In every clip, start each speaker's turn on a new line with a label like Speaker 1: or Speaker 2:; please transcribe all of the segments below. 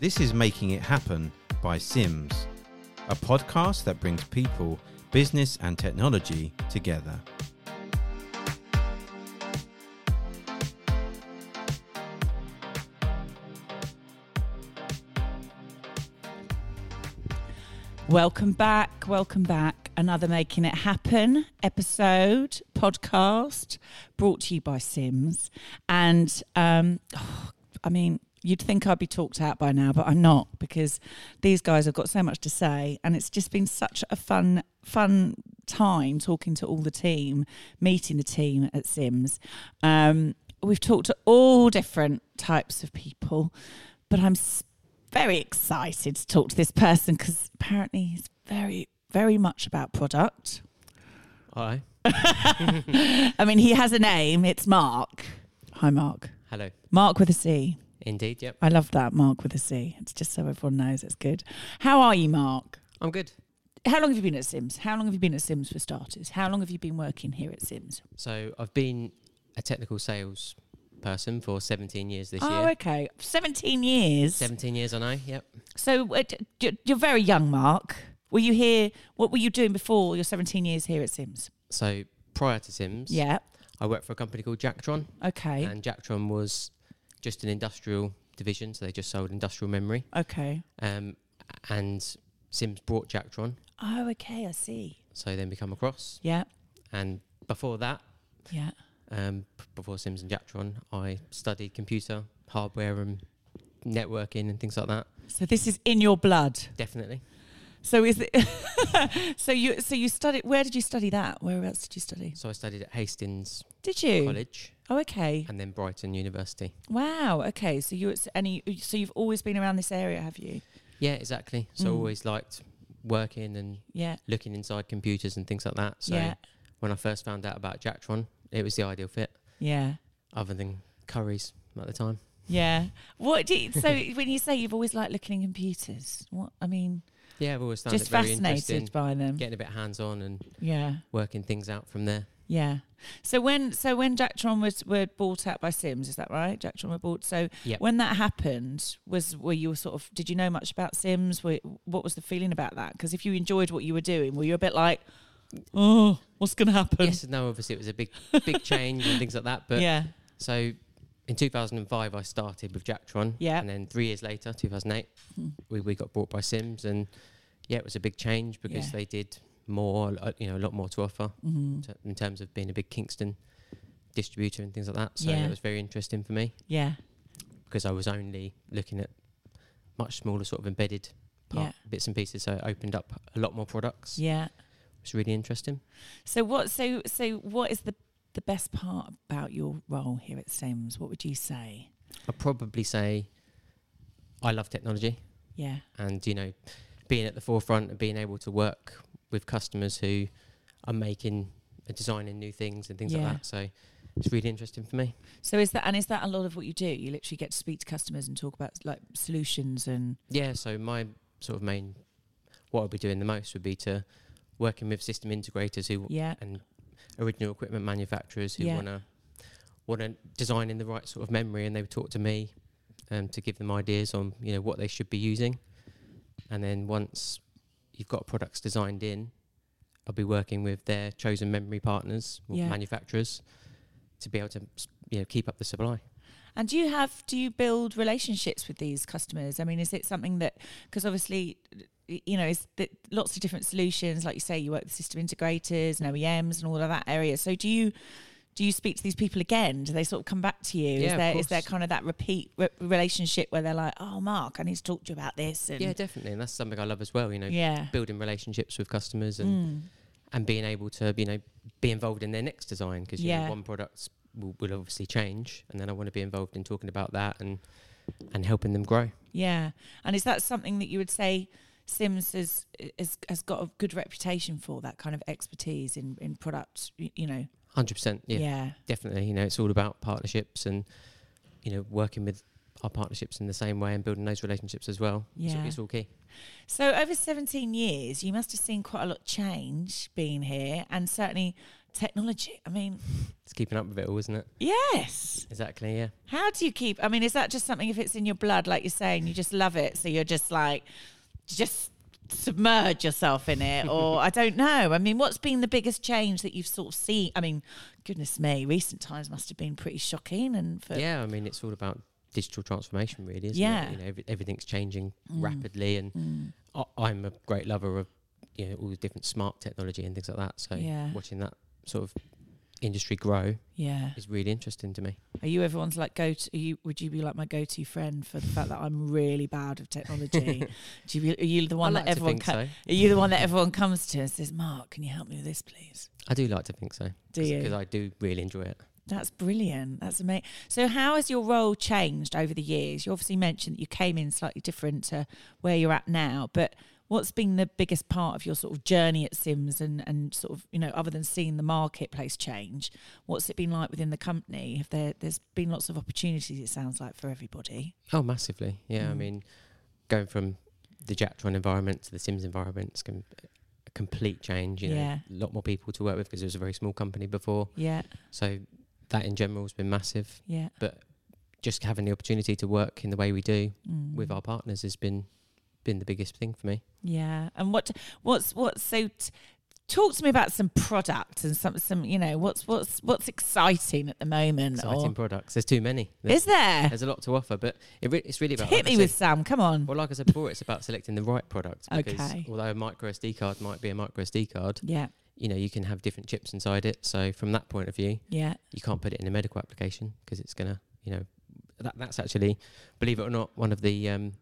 Speaker 1: This is Making It Happen by Sims, a podcast that brings people, business, and technology together.
Speaker 2: Welcome back. Welcome back. Another Making It Happen episode, podcast brought to you by Sims. And um, oh, I mean, you'd think I'd be talked out by now, but I'm not because these guys have got so much to say. And it's just been such a fun, fun time talking to all the team, meeting the team at Sims. Um, we've talked to all different types of people, but I'm s- very excited to talk to this person because apparently he's very, very much about product.
Speaker 3: Hi.
Speaker 2: I mean, he has a name. It's Mark. Hi, Mark.
Speaker 3: Hello.
Speaker 2: Mark with a C.
Speaker 3: Indeed. Yep.
Speaker 2: I love that. Mark with a C. It's just so everyone knows it's good. How are you, Mark?
Speaker 3: I'm good.
Speaker 2: How long have you been at Sims? How long have you been at Sims for starters? How long have you been working here at Sims?
Speaker 3: So I've been a technical sales person for 17 years this
Speaker 2: oh,
Speaker 3: year.
Speaker 2: okay. 17 years.
Speaker 3: 17 years, I know. Yep.
Speaker 2: So uh, d- d- you're very young, Mark. Were you here? What were you doing before your 17 years here at Sims?
Speaker 3: So prior to Sims,
Speaker 2: Yeah.
Speaker 3: I worked for a company called Jacktron,
Speaker 2: Okay.
Speaker 3: and Jacktron was just an industrial division, so they just sold industrial memory.
Speaker 2: okay.
Speaker 3: Um, and Sims brought Jacktron,
Speaker 2: Oh, okay. I see.
Speaker 3: so then we come across.
Speaker 2: Yeah.
Speaker 3: And before that,
Speaker 2: Yeah.
Speaker 3: um, p- before Sims and Jacktron, I studied computer hardware and networking and things like that.
Speaker 2: So this is in your blood.
Speaker 3: Definitely.
Speaker 2: So is it? so you so you studied? Where did you study that? Where else did you study?
Speaker 3: So I studied at Hastings
Speaker 2: Did you?
Speaker 3: College
Speaker 2: Oh, okay.
Speaker 3: and then Brighton University.
Speaker 2: Wow. Okay. So you it's any? So you've always been around this area, have you?
Speaker 3: Yeah, exactly. So I
Speaker 2: Mm.
Speaker 3: always liked working and
Speaker 2: Yeah.
Speaker 3: looking inside computers and things like that. So
Speaker 2: yeah.
Speaker 3: when I first found out about Jacktron, it was the ideal fit,
Speaker 2: Yeah.
Speaker 3: other than curries at the time.
Speaker 2: Yeah. What do you, so when you say you've always liked looking at computers? What I mean,
Speaker 3: Yeah, I've always found
Speaker 2: just
Speaker 3: it very
Speaker 2: fascinated
Speaker 3: interesting,
Speaker 2: by them.
Speaker 3: getting a bit hands on and
Speaker 2: Yeah.
Speaker 3: working things out from there.
Speaker 2: Yeah. So when so when Jacktron was were bought out by Sims, is that right? Jacktron were bought. So
Speaker 3: Yep.
Speaker 2: when that happened, was were you sort of did you know much about Sims? Were, what was the feeling about that? Because if you enjoyed what you were doing, were you a bit like, oh, what's going to happen?
Speaker 3: yes and no, obviously it was a big, big change and things like that. But
Speaker 2: yeah.
Speaker 3: so in 2005, I started with Jacktron.
Speaker 2: Yeah.
Speaker 3: And then three years later, 2008,
Speaker 2: Mm.
Speaker 3: we, we got bought by Sims. And yeah, it was a big change because
Speaker 2: Yeah.
Speaker 3: they did more, uh, you know, a lot more to offer
Speaker 2: Mhm.
Speaker 3: t- in terms of being a big Kingston distributor and things like that. So
Speaker 2: Yeah.
Speaker 3: that was very interesting for me
Speaker 2: Yeah.
Speaker 3: because I was only looking at much smaller sort of embedded part, bits and pieces. So it opened up a lot more products.
Speaker 2: Yeah.
Speaker 3: It was really interesting.
Speaker 2: So what? So so what is the the best part about your role here at Sims? What would you say?
Speaker 3: I'd probably say I love technology.
Speaker 2: Yeah.
Speaker 3: and you know being at the forefront and being able to work with customers who are making and designing new things and things
Speaker 2: Yeah.
Speaker 3: like that so it's really interesting for me
Speaker 2: So is that and is that a lot of what you do? You literally get to speak to customers and talk about like solutions and
Speaker 3: yeah so my sort of main what i'll be doing the most would be to working with system integrators who
Speaker 2: yeah.
Speaker 3: and original equipment manufacturers who
Speaker 2: Yeah.
Speaker 3: want to want to design in the right sort of memory and they would talk to me um, to give them ideas on you know what they should be using and then once you've got products designed in i'll be working with their chosen memory partners or
Speaker 2: Yeah.
Speaker 3: manufacturers to be able to s- you know keep up the supply
Speaker 2: And do you have do you build relationships with these customers? I mean, is it something that because obviously y- you know is that lots of different solutions, like you say, you work with system integrators and OEMs and all of that area. So do you do you speak to these people again? Do they sort of come back to you?
Speaker 3: Yeah,
Speaker 2: is
Speaker 3: of
Speaker 2: there is there
Speaker 3: course.
Speaker 2: kind of that repeat re- relationship where they're like, oh, Mark, I need to talk to you about this? And
Speaker 3: yeah definitely and that's something i love as well you know
Speaker 2: yeah, Mm.
Speaker 3: building relationships with customers and and being able to you know be involved in their next design because you
Speaker 2: Yeah.
Speaker 3: know, one product will, will obviously change and then I want to be involved in talking about that and and helping them grow.
Speaker 2: yeah. And is that something that you would say? Sims has, has has got a good reputation for that kind of expertise in in product, y- you know.
Speaker 3: Hundred percent, yeah,
Speaker 2: yeah.
Speaker 3: definitely. You know, it's all about partnerships and you know working with our partnerships in the same way and building those relationships as well. It's-
Speaker 2: Yeah.
Speaker 3: it's all key.
Speaker 2: So over 17 years, you must have seen quite a lot change being here and certainly technology. I mean,
Speaker 3: It's keeping up with it all, isn't it?
Speaker 2: yes.
Speaker 3: Exactly. Yeah.
Speaker 2: How do you keep? I mean, is that just something if it's in your blood, like you're saying, you just love it? So you're just like, just submerge yourself in it? Or I don't know. I mean, what's been the biggest change that you've sort of seen? I mean, goodness me, recent times must have been pretty shocking. And for,
Speaker 3: yeah. I mean, it's all about digital transformation, really. Isn't
Speaker 2: Yeah.
Speaker 3: It? You know, every, everything's changing
Speaker 2: Mm.
Speaker 3: rapidly, and
Speaker 2: Mm.
Speaker 3: I, I'm a great lover of you know all the different smart technology and things like that. So
Speaker 2: Yeah.
Speaker 3: watching that sort of industry grow
Speaker 2: yeah.
Speaker 3: is really interesting to me.
Speaker 2: Are you everyone's like go to? Are you would you be like my go to friend for the fact that I'm really bad of technology? Do you be, are you the one
Speaker 3: I like
Speaker 2: that
Speaker 3: to
Speaker 2: everyone
Speaker 3: think
Speaker 2: co-
Speaker 3: so.
Speaker 2: are you the one that everyone comes to and says, Mark, can you help me with this, please?
Speaker 3: I do like to think so.
Speaker 2: Do
Speaker 3: Because
Speaker 2: you?
Speaker 3: I do really enjoy it.
Speaker 2: That's brilliant. That's amazing. So, how has your role changed over the years? You obviously mentioned that you came in slightly different to where you're at now, but what's been the biggest part of your sort of journey at Sims and and sort of you know other than seeing the marketplace change, what's it been like within the company? Have there there's been lots of opportunities? It sounds like for everybody.
Speaker 3: Oh, massively. Yeah. I
Speaker 2: Mm.
Speaker 3: mean, going from the Jacktron environment to the Sims environment is com- a complete change. You know,
Speaker 2: Yeah.
Speaker 3: a lot more people to work with because it was a very small company before.
Speaker 2: Yeah,
Speaker 3: So that in general has been massive.
Speaker 2: yeah.
Speaker 3: Just having the opportunity to work in the way we do
Speaker 2: Mm.
Speaker 3: with our partners has been been the biggest thing for me.
Speaker 2: yeah, and what what's what's so. T- Talk to me about some products and some, some you know what's what's what's exciting at the moment. or-
Speaker 3: Exciting products. There's too many. There's,
Speaker 2: Oh. is there?
Speaker 3: there's a lot to offer, but it re- it's really about
Speaker 2: Hit
Speaker 3: like I
Speaker 2: me
Speaker 3: said,
Speaker 2: with some. Come on.
Speaker 3: Well, like I said before, it's about selecting the right product. Because
Speaker 2: Okay.
Speaker 3: although a micro SD card might be a micro SD card,
Speaker 2: Yeah,
Speaker 3: you know, you can have different chips inside it. So from that point of view,
Speaker 2: yeah,
Speaker 3: you can't put it in a medical application because it's going to, you know, that, that's actually, believe it or not, one of the um,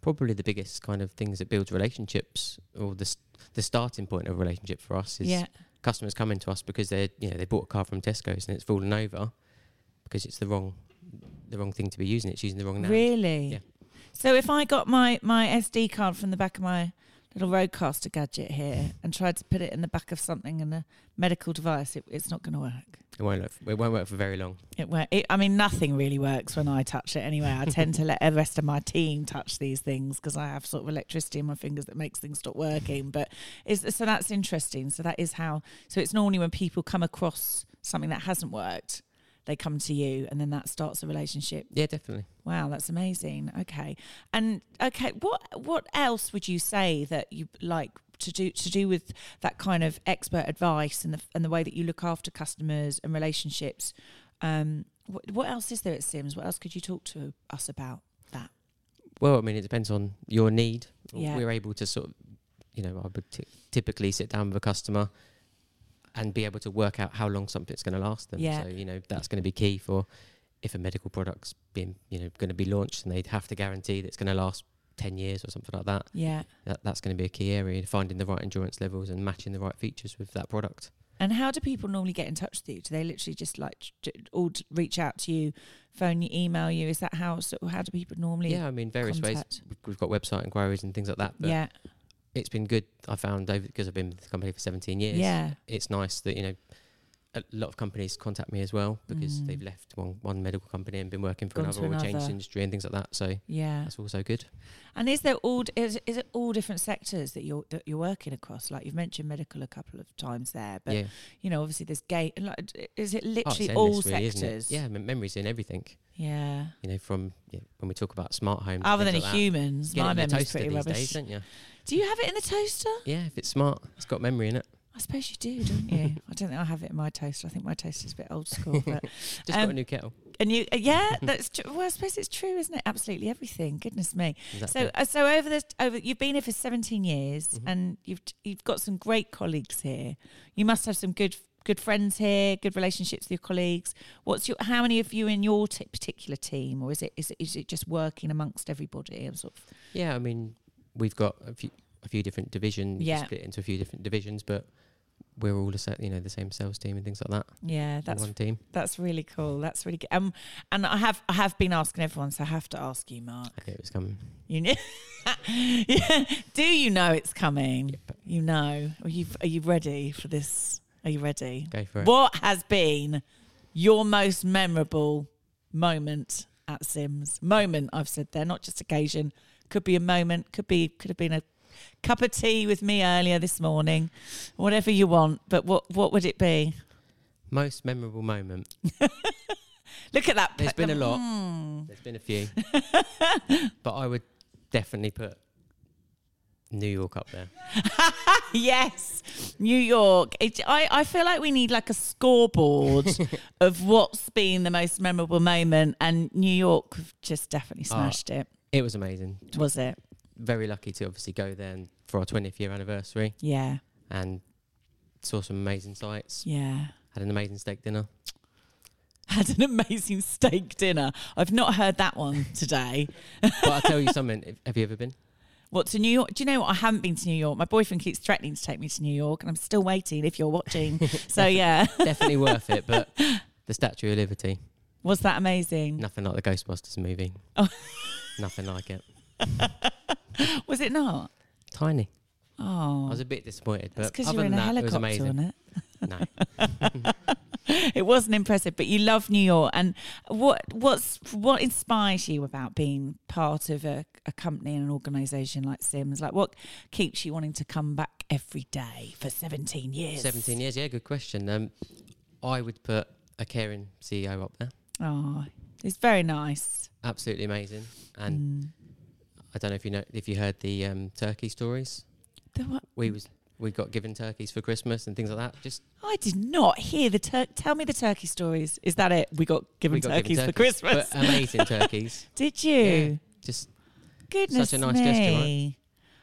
Speaker 3: probably the biggest kind of things that builds relationships or the, st- the starting point of a relationship for us is
Speaker 2: yeah,
Speaker 3: customers coming to us because they you know they bought a car from Tesco's and it's fallen over because it's the wrong the wrong thing to be using. It's using the wrong name.
Speaker 2: really.
Speaker 3: Yeah.
Speaker 2: So if I got my my SD card from the back of my little Roadcaster gadget here and tried to put it in the back of something in a medical device, it, it's not going to work.
Speaker 3: It won't look, it won't work for very long.
Speaker 2: It, wor- it I mean, nothing really works when I touch it anyway. I tend to let the rest of my team touch these things because I have sort of electricity in my fingers that makes things stop working. But is so that's interesting. So that is how. So it's normally when people come across something that hasn't worked, they come to you, and then that starts a relationship.
Speaker 3: Yeah, definitely.
Speaker 2: Wow, that's amazing. Okay, and okay, what what else would you say that you like to do to do with that kind of expert advice and the and the way that you look after customers and relationships? Um, what, what else is there at Sims? What else could you talk to us about?
Speaker 3: Well, I mean, it depends on your need.
Speaker 2: Yeah.
Speaker 3: We're able to sort of, you know, I would t- typically sit down with a customer and be able to work out how long something's going to last them.
Speaker 2: Yeah.
Speaker 3: So, you know, that's going to be key for if a medical product's being, you know, going to be launched and they'd have to guarantee that it's going to last 10 years or something like that.
Speaker 2: Yeah,
Speaker 3: that that's going to be a key area, finding the right endurance levels and matching the right features with that product.
Speaker 2: and how do people normally get in touch with you? Do they literally just like j- j- all t- reach out to you, phone you, email you? Is that how? So how do people normally?
Speaker 3: Yeah, I mean, various
Speaker 2: contact.
Speaker 3: ways. We've- We've got website inquiries and things like that. But
Speaker 2: yeah,
Speaker 3: it's been good. I found over because I've been with the company for 17 years.
Speaker 2: yeah,
Speaker 3: it's nice that you know a lot of companies contact me as well because
Speaker 2: Mm.
Speaker 3: they've left one, one medical company and been working for
Speaker 2: Gone
Speaker 3: another
Speaker 2: to
Speaker 3: or changed
Speaker 2: another.
Speaker 3: industry and things like that. So
Speaker 2: yeah.
Speaker 3: that's also good.
Speaker 2: And is there all is, is it all different sectors that you're that you're working across? Like you've mentioned medical a couple of times there, but
Speaker 3: yeah,
Speaker 2: you know, obviously there's gay. Like, d- is it
Speaker 3: Oh, it's
Speaker 2: literally all
Speaker 3: endless really, isn't it?
Speaker 2: sectors?
Speaker 3: Yeah, mem- memories in everything.
Speaker 2: yeah.
Speaker 3: You know, from yeah, when we talk about smart homes. and
Speaker 2: Other than
Speaker 3: things
Speaker 2: a
Speaker 3: like
Speaker 2: humans,
Speaker 3: that. Get it
Speaker 2: my
Speaker 3: in the
Speaker 2: memory's
Speaker 3: toaster
Speaker 2: pretty
Speaker 3: these
Speaker 2: rubbish.
Speaker 3: days, don't you?
Speaker 2: Do you have it in the toaster?
Speaker 3: Yeah, if it's smart, it's got memory in it.
Speaker 2: I suppose you do, don't you? I don't think I have it in my toaster. I think my toaster's a bit old school, but
Speaker 3: Just
Speaker 2: Um,
Speaker 3: got a new kettle.
Speaker 2: and you, yeah, that's tr- well, I suppose it's true, isn't it? Absolutely everything. Goodness me. So,
Speaker 3: Exactly.
Speaker 2: uh, so over the over, you've been here for seventeen years,
Speaker 3: Mhm.
Speaker 2: and you've you've got some great colleagues here. You must have some good good friends here, good relationships with your colleagues. What's your how many of you in your t- particular team, or is it is it is it just working amongst everybody? I'm sort of
Speaker 3: yeah, I mean, we've got a few a few different divisions.
Speaker 2: Yeah.
Speaker 3: split into a few different divisions, but we're all the sa- you know the same sales team and things like that.
Speaker 2: yeah,
Speaker 3: all
Speaker 2: that's
Speaker 3: one team.
Speaker 2: that's really cool. That's really good. Um, and I have I have been asking everyone, so I have to ask you, Mark.
Speaker 3: I knew it was coming.
Speaker 2: You know, yeah. Do you know it's coming? You know. Are you are you ready for this? Are you ready?
Speaker 3: Go for it.
Speaker 2: What has been your most memorable moment at Sims. Moment, I've said there, not just occasion. Could be a moment. Could be could have been a cup of tea with me earlier this morning. Whatever you want, but what what would it be?
Speaker 3: Most memorable moment.
Speaker 2: Look at that.
Speaker 3: There's
Speaker 2: pe-
Speaker 3: been a lot.
Speaker 2: Mm.
Speaker 3: There's been a few, but I would definitely put New York up there.
Speaker 2: yes, New York. It, I, I feel like we need like a scoreboard of what's been the most memorable moment, and New York just definitely
Speaker 3: Ah.
Speaker 2: smashed it.
Speaker 3: It was amazing.
Speaker 2: Was it?
Speaker 3: Very lucky to obviously go there and for our 20th year anniversary
Speaker 2: Yeah,
Speaker 3: and saw some amazing sights.
Speaker 2: yeah.
Speaker 3: Had an amazing steak dinner.
Speaker 2: Had an amazing steak dinner. I've not heard that one today.
Speaker 3: But I'll tell you something. Have you ever been?
Speaker 2: What to New York? Do you know what? I haven't been to New York. My boyfriend keeps threatening to take me to New York, and I'm still waiting. If you're watching, so yeah,
Speaker 3: Definitely worth it. But the Statue of Liberty,
Speaker 2: was that amazing?
Speaker 3: nothing like the Ghostbusters movie.
Speaker 2: Oh.
Speaker 3: nothing like it.
Speaker 2: Was it not?
Speaker 3: Tiny. I
Speaker 2: Oh,
Speaker 3: was a bit disappointed,
Speaker 2: That's
Speaker 3: but
Speaker 2: because you
Speaker 3: other
Speaker 2: were in
Speaker 3: than
Speaker 2: a
Speaker 3: that, it was
Speaker 2: helicopter,
Speaker 3: amazing.
Speaker 2: wasn't it?
Speaker 3: No,
Speaker 2: It wasn't impressive, but you love New York. And what what's what inspires you about being part of a, a company and an organisation like Sims? Like, what keeps you wanting to come back every day for seventeen years?
Speaker 3: 17 years. Yeah, good question. Um, I would put a caring CEO up there.
Speaker 2: Oh, it's very nice.
Speaker 3: Absolutely amazing. And
Speaker 2: Mm.
Speaker 3: I don't know if you know if you heard the um, turkey stories.
Speaker 2: Mm. The what-
Speaker 3: We was we got given turkeys for Christmas and things like that. Just
Speaker 2: I did not hear the tur- tell me the turkey stories. Is that it? We got given
Speaker 3: we got
Speaker 2: turkeys
Speaker 3: given
Speaker 2: for Christmas.
Speaker 3: but amazing turkeys.
Speaker 2: did
Speaker 3: Yeah,
Speaker 2: you?
Speaker 3: just
Speaker 2: Goodness
Speaker 3: Such a nice
Speaker 2: me.
Speaker 3: gesture, right?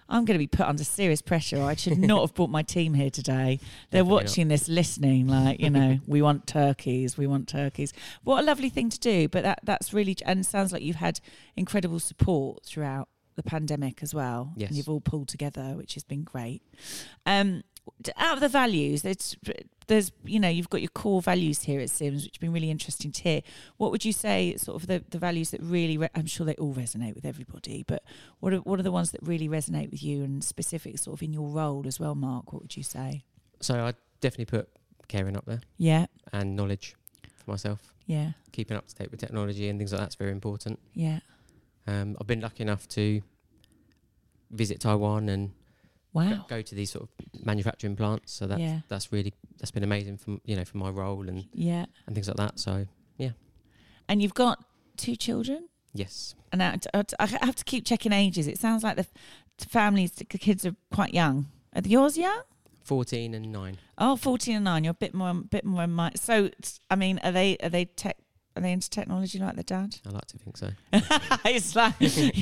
Speaker 2: I'm going to be put under serious pressure. I should not have brought my team here today. They're
Speaker 3: Definitely not.
Speaker 2: watching this, listening, like you know, we want turkeys, we want turkeys. What a lovely thing to do! But that that's really and sounds like you've had incredible support throughout the pandemic as well.
Speaker 3: Yes.
Speaker 2: and you've all pulled together, which has been great. Um, d- out of the values, there's there's you know you've got your core values here at Sims, which have been really interesting to hear. What would you say, sort of the, the values that really? Re- I'm sure they all resonate with everybody, but what are, what are the ones that really resonate with you and specific, sort of in your role as well, Mark? What would you say?
Speaker 3: so I would definitely put caring up there
Speaker 2: Yeah,
Speaker 3: and knowledge for myself.
Speaker 2: yeah,
Speaker 3: Keeping up to date with technology and things like that's very important.
Speaker 2: yeah.
Speaker 3: Um, I've been lucky enough to visit Taiwan and go-
Speaker 2: Wow.
Speaker 3: go to these sort of manufacturing plants. So that's
Speaker 2: Yeah.
Speaker 3: that's really that's been amazing for m- you know for my role and
Speaker 2: Yeah,
Speaker 3: and things like that. So
Speaker 2: and you've got two children,
Speaker 3: yes,
Speaker 2: and I, I I have to keep checking ages. It sounds like the f- families, the kids are quite young. Are yours young?
Speaker 3: fourteen and nine.
Speaker 2: Oh, 14 and 9, you're a bit more bit more in my so it's- I mean, are they are they tech are they into technology like their dad?
Speaker 3: I like to think so.
Speaker 2: it's like
Speaker 3: Pushing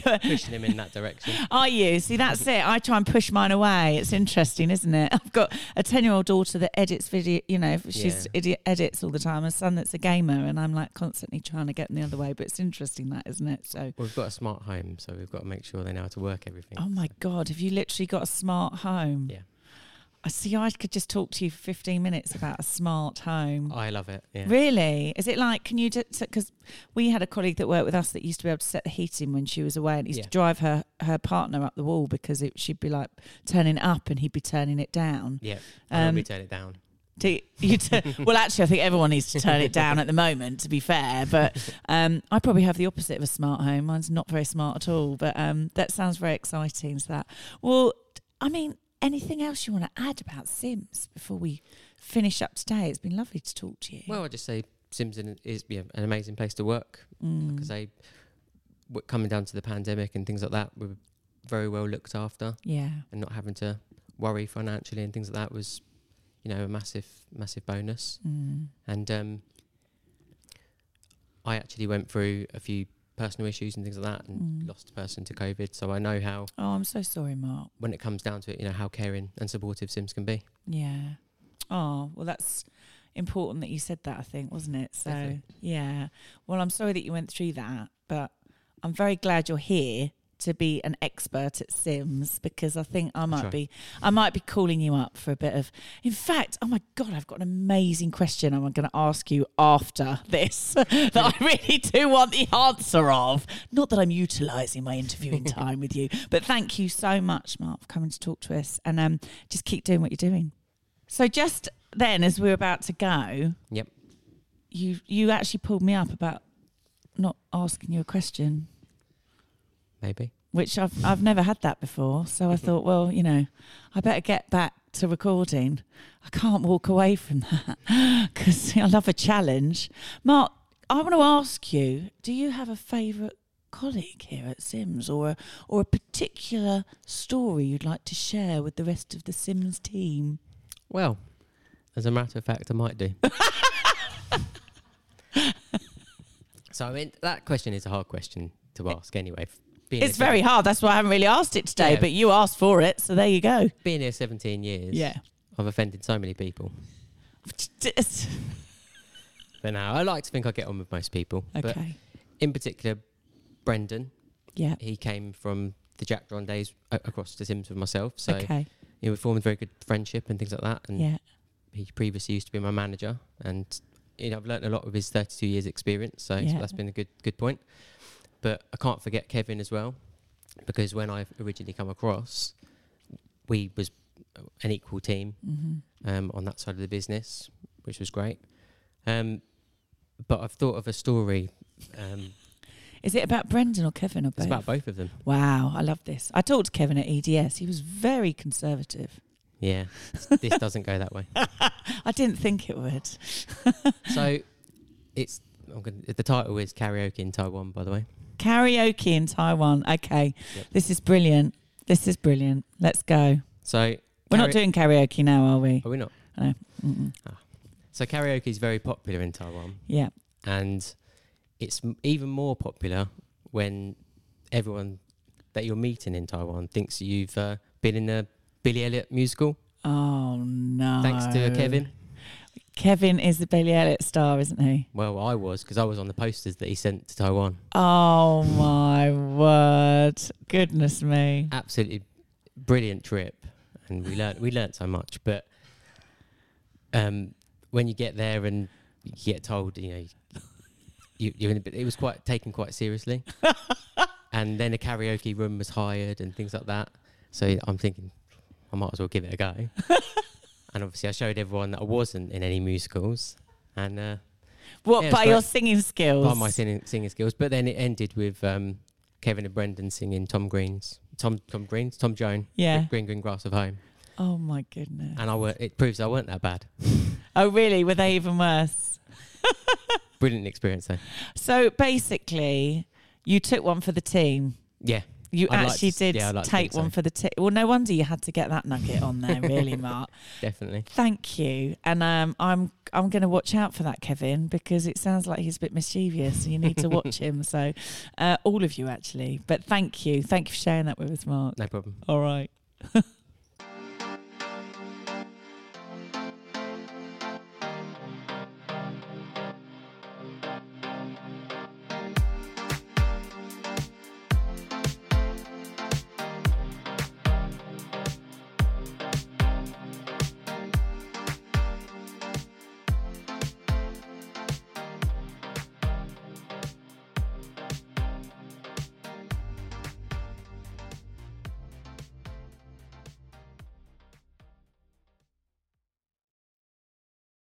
Speaker 3: him in that direction.
Speaker 2: Are you? See, that's it. I try and push mine away. It's interesting, isn't it? I've got a 10 year old daughter that edits video, you know, she's idiot edits all the time, a son that's a gamer, and I'm like constantly trying to get them the other way. But it's interesting, that, isn't it? So,
Speaker 3: Well, we've got a smart home, so we've got to make sure they know how to work everything.
Speaker 2: oh my God, have you literally got a smart home?
Speaker 3: Yeah.
Speaker 2: I see, I could just talk to you for 15 minutes about a smart home.
Speaker 3: I love it. Oh, Yeah.
Speaker 2: Really? Is it like, can you, because we had a colleague that worked with us that used to be able to set the heat in when she was away and it used to
Speaker 3: Yeah.
Speaker 2: drive her, her partner up the wall because it, she'd be like turning it up and he'd be turning it down.
Speaker 3: Yeah. I
Speaker 2: Um,
Speaker 3: normally turn it down.
Speaker 2: Do you, you tu- well, actually, I think everyone needs to turn it down at the moment, to be fair. But um, I probably have the opposite of a smart home. Mine's not very smart at all, but um, that sounds very exciting. So that, well, I mean, anything else you want to add about Sims before we finish up today? It's been lovely to talk to you.
Speaker 3: Well, I just say Simpson is yeah, an amazing place to work
Speaker 2: Mm.
Speaker 3: because they, w- coming down to the pandemic and things like that, we were very well looked after
Speaker 2: yeah.
Speaker 3: and not having to worry financially and things like that was, you know, a massive, massive bonus.
Speaker 2: Mm.
Speaker 3: And um, I actually went through a few personal issues and things like that and
Speaker 2: Mm.
Speaker 3: lost a person to COVID. So I know how,
Speaker 2: Oh, I'm so sorry, Mark.
Speaker 3: when it comes down to it, you know, how caring and supportive Sims can be.
Speaker 2: Yeah. Oh, well, that's important that you said that, I think, wasn't it? So,
Speaker 3: Definitely.
Speaker 2: yeah. Well, I'm sorry that you went through that, but I'm very glad you're here to be an expert at Sims because I think I might
Speaker 3: try.
Speaker 2: be I might be calling you up for a bit of in fact oh my god I've got an amazing question I'm going to ask you after this that I really do want the answer of not that I'm utilizing my interviewing time with you but thank you so much Mark for coming to talk to us and um just keep doing what you're doing so just then as we were about to go
Speaker 3: Yep.
Speaker 2: you you actually pulled me up about not asking you a question,
Speaker 3: maybe.
Speaker 2: which I've I've never had that before. So I
Speaker 3: Mm-hmm.
Speaker 2: thought, well, you know, I better get back to recording. I can't walk away from that because I love a challenge. Mark, I want to ask you: Do you have a favourite colleague here at Sims, or a, or a particular story you'd like to share with the rest of the Sims team?
Speaker 3: Well, as a matter of fact, I might do. so I mean, that question is a hard question to ask anyway. f- Being
Speaker 2: It's
Speaker 3: here
Speaker 2: very hard. That's why I haven't really asked it today.
Speaker 3: Yeah.
Speaker 2: But you asked for it, so there you go.
Speaker 3: seven- being here 17 years. I've offended so many people. But now I like to think I get on with most people. But
Speaker 2: okay.
Speaker 3: in particular, Brendan,
Speaker 2: Yeah.
Speaker 3: he came from the Jack Ron days a- across to Sims with myself. So mm.
Speaker 2: okay.
Speaker 3: you know, we formed a very good friendship and things like that. And
Speaker 2: Yeah.
Speaker 3: he previously used to be my manager, and you know, I've learnt a lot with his 32 years experience, so, so
Speaker 2: Yeah.
Speaker 3: that's been a good good point. But I can't forget Kevin as well, because when I originally come across, we was an equal team
Speaker 2: Mm-hmm.
Speaker 3: um, on that side of the business, which was great. Um, but I've thought of a story. Um,
Speaker 2: Is it about Brendan or Kevin or both?
Speaker 3: it's about both of them.
Speaker 2: Wow, I love this. I talked to Kevin at EDS. He was very conservative.
Speaker 3: Yeah, this doesn't go that way.
Speaker 2: I didn't think it would.
Speaker 3: So it's I'm gonna, the title is karaoke in Taiwan, by the way.
Speaker 2: Karaoke in Taiwan. Okay,
Speaker 3: Yep.
Speaker 2: this is brilliant. This is brilliant. Let's go.
Speaker 3: So
Speaker 2: We're
Speaker 3: Karao-
Speaker 2: not doing karaoke now, are we?
Speaker 3: are we not?
Speaker 2: No. Mm-mm.
Speaker 3: So karaoke is very popular in Taiwan,
Speaker 2: Yeah.
Speaker 3: and it's m- even more popular when everyone that you're meeting in Taiwan thinks you've uh, been in a Billy Elliot musical,
Speaker 2: Oh no.
Speaker 3: thanks to Kevin.
Speaker 2: Kevin is the Billy Elliot star, isn't he?
Speaker 3: Well, I was because I was on the posters that he sent to Taiwan.
Speaker 2: Oh my word! Goodness me.
Speaker 3: Absolutely brilliant trip, and we learnt we learnt so much. But um, when you get there and you get told, you know, you, you're in a bit, it was quite taken quite seriously. and then a karaoke room was hired and things like that. So I'm thinking, I might as well give it a go. and obviously, I showed everyone that I wasn't in any musicals, and uh,
Speaker 2: What
Speaker 3: Yeah,
Speaker 2: by
Speaker 3: it's
Speaker 2: your
Speaker 3: like-
Speaker 2: singing skills?
Speaker 3: by my singing, singing skills. But then it ended with um, Kevin and Brendan singing Tom Green's Tom Tom Green's Tom Joan
Speaker 2: Yeah.
Speaker 3: Green Green Grass of Home,
Speaker 2: Oh my goodness.
Speaker 3: and I were, it proves I weren't that bad.
Speaker 2: Oh really? Were they even worse?
Speaker 3: Brilliant experience though.
Speaker 2: So basically, you took one for the team.
Speaker 3: Yeah,
Speaker 2: You
Speaker 3: I'd like
Speaker 2: actually
Speaker 3: to-
Speaker 2: did
Speaker 3: yeah, I'd like to
Speaker 2: take
Speaker 3: think so.
Speaker 2: one for the team. Well, no wonder you had to get that nugget on there, really, Mark.
Speaker 3: definitely.
Speaker 2: Thank you, and um, I'm I'm going to watch out for that, Kevin, because it sounds like he's a bit mischievous, and you need to watch him. So, uh, all of you actually, but thank you, thank you for sharing that with us, Mark.
Speaker 3: No problem.
Speaker 2: All right.